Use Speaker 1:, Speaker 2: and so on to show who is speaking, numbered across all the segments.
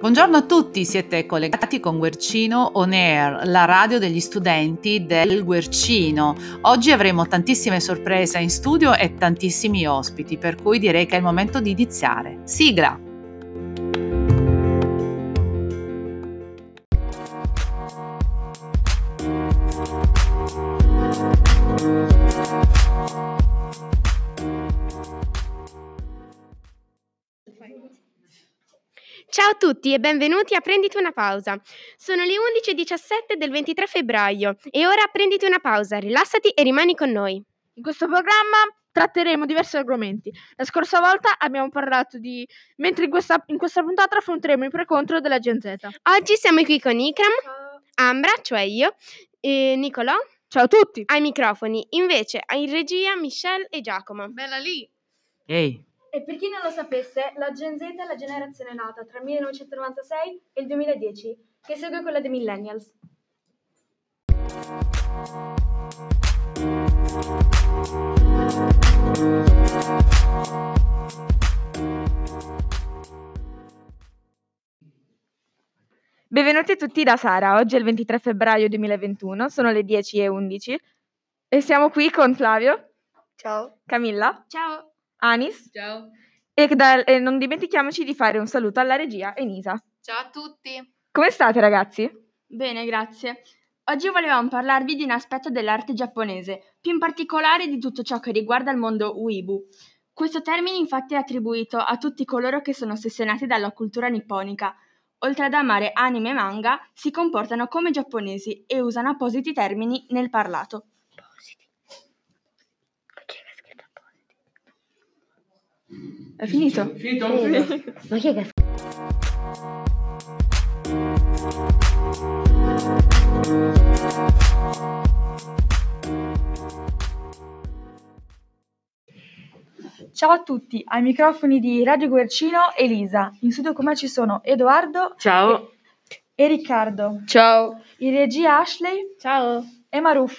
Speaker 1: Buongiorno a tutti, siete collegati con Guercino On Air, la radio degli studenti del Guercino. Oggi avremo tantissime sorprese in studio e tantissimi ospiti, per cui direi che è il momento di iniziare. Sigla!
Speaker 2: Ciao a tutti e benvenuti a Prenditi una pausa. Sono le 11.17 del 23 febbraio e ora prenditi una pausa, rilassati e rimani con noi.
Speaker 3: In questo programma tratteremo diversi argomenti. La scorsa volta abbiamo parlato di... mentre in questa, in questa puntata affronteremo i pro e contro della Gen Z.
Speaker 2: Oggi siamo qui con Ikram, Ambra, cioè io, e Nicolò
Speaker 3: Ciao a tutti!
Speaker 2: ai microfoni, invece in regia Michelle e Giacomo.
Speaker 4: Bella lì!
Speaker 1: Ehi,
Speaker 5: E per chi non lo sapesse, la Gen Z è la generazione nata tra il 1996 e il 2010, che segue quella dei millennials.
Speaker 3: Benvenuti tutti da Sara. Oggi è il 23 febbraio 2021, sono le 10.11 e siamo qui con Flavio,
Speaker 5: Ciao.
Speaker 3: Camilla,
Speaker 2: Ciao!
Speaker 3: Anis
Speaker 4: Ciao!
Speaker 3: e, dal- e non dimentichiamoci di fare un saluto alla regia e Nisa.
Speaker 4: Ciao a tutti!
Speaker 3: Come state ragazzi?
Speaker 6: Bene, grazie. Oggi volevamo parlarvi di un aspetto dell'arte giapponese, più in particolare di tutto ciò che riguarda il mondo uibu. Questo termine infatti è attribuito a tutti coloro che sono ossessionati dalla cultura nipponica. Oltre ad amare anime e manga, si comportano come giapponesi e usano appositi termini nel parlato. È finito?
Speaker 7: Ciao a tutti, ai microfoni di Radio Guercino e Lisa. In studio con me ci sono Edoardo
Speaker 4: Ciao!
Speaker 7: e Riccardo,
Speaker 8: Ciao,
Speaker 7: in regia Ashley
Speaker 6: Ciao!
Speaker 7: e Maruf.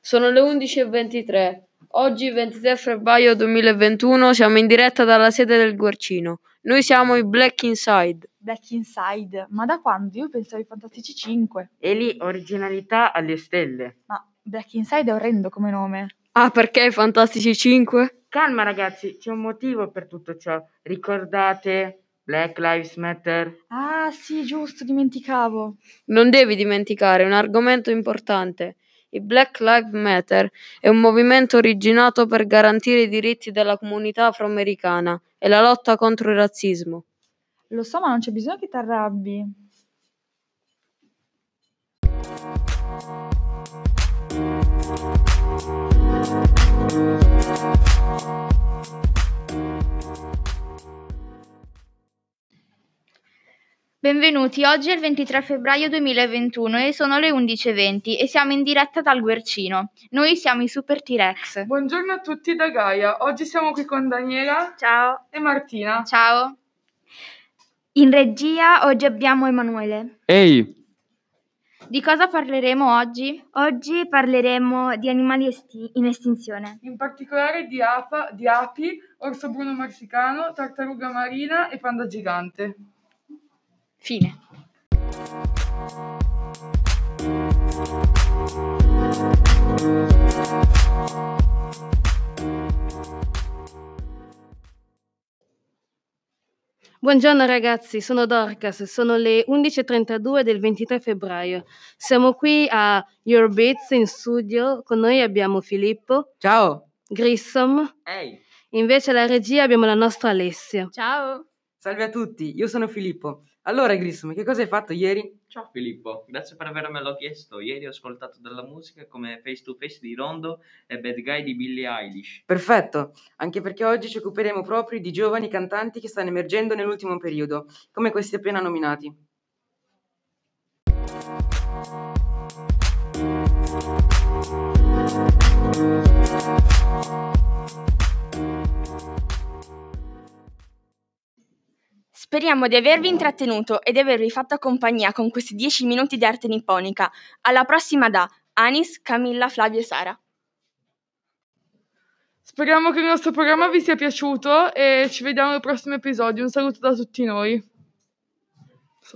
Speaker 8: sono le 11.23. Oggi 23 febbraio 2021 siamo in diretta dalla sede del Guercino. Noi siamo i Black Inside.
Speaker 7: Black Inside, ma da quando? Io pensavo ai Fantastici 5.
Speaker 9: E lì originalità alle stelle.
Speaker 7: Ma Black Inside è orrendo come nome.
Speaker 8: Ah, perché i Fantastici 5?
Speaker 9: Calma ragazzi, c'è un motivo per tutto ciò. Ricordate Black Lives Matter?
Speaker 7: Ah sì, giusto, dimenticavo.
Speaker 8: Non devi dimenticare un argomento importante. Il Black Lives Matter è un movimento originato per garantire i diritti della comunità afroamericana e la lotta contro il razzismo.
Speaker 7: Lo so, ma non c'è bisogno che ti arrabbi.
Speaker 10: Benvenuti, oggi è il 23 febbraio 2021 e sono le 11.20 e siamo in diretta dal Guercino. Noi siamo i Super T-Rex.
Speaker 11: Buongiorno a tutti da Gaia. Oggi siamo qui con Daniela
Speaker 10: Ciao.
Speaker 11: e Martina.
Speaker 10: Ciao. In regia oggi abbiamo Emanuele.
Speaker 12: Ehi,
Speaker 10: Di cosa parleremo oggi? Oggi parleremo di animali in estinzione.
Speaker 11: In particolare di, apa- di api, orso bruno marsicano, tartaruga marina e panda gigante.
Speaker 10: Fine.
Speaker 6: Buongiorno ragazzi, sono Dorcas, sono le 11.32 del 23 febbraio. Siamo qui a Your Beats in studio, con noi abbiamo Filippo. Ciao. Grissom.
Speaker 9: Ehi!
Speaker 6: Invece alla regia abbiamo la nostra Alessia.
Speaker 10: Ciao.
Speaker 13: Salve a tutti, io sono Filippo. Allora, Grissom, che cosa hai fatto ieri?
Speaker 9: Ciao Filippo, grazie per avermelo chiesto. Ieri ho ascoltato della musica come Face to Face di Rondo e Bad Guy di Billie Eilish.
Speaker 13: Perfetto, anche perché oggi ci occuperemo proprio di giovani cantanti che stanno emergendo nell'ultimo periodo, come questi appena nominati.
Speaker 6: Speriamo di avervi intrattenuto e di avervi fatto compagnia con questi 10 minuti di arte nipponica. Alla prossima da Anis, Camilla, Flavio e Sara.
Speaker 11: Speriamo che il nostro programma vi sia piaciuto e ci vediamo al prossimo episodio. Un saluto da tutti noi.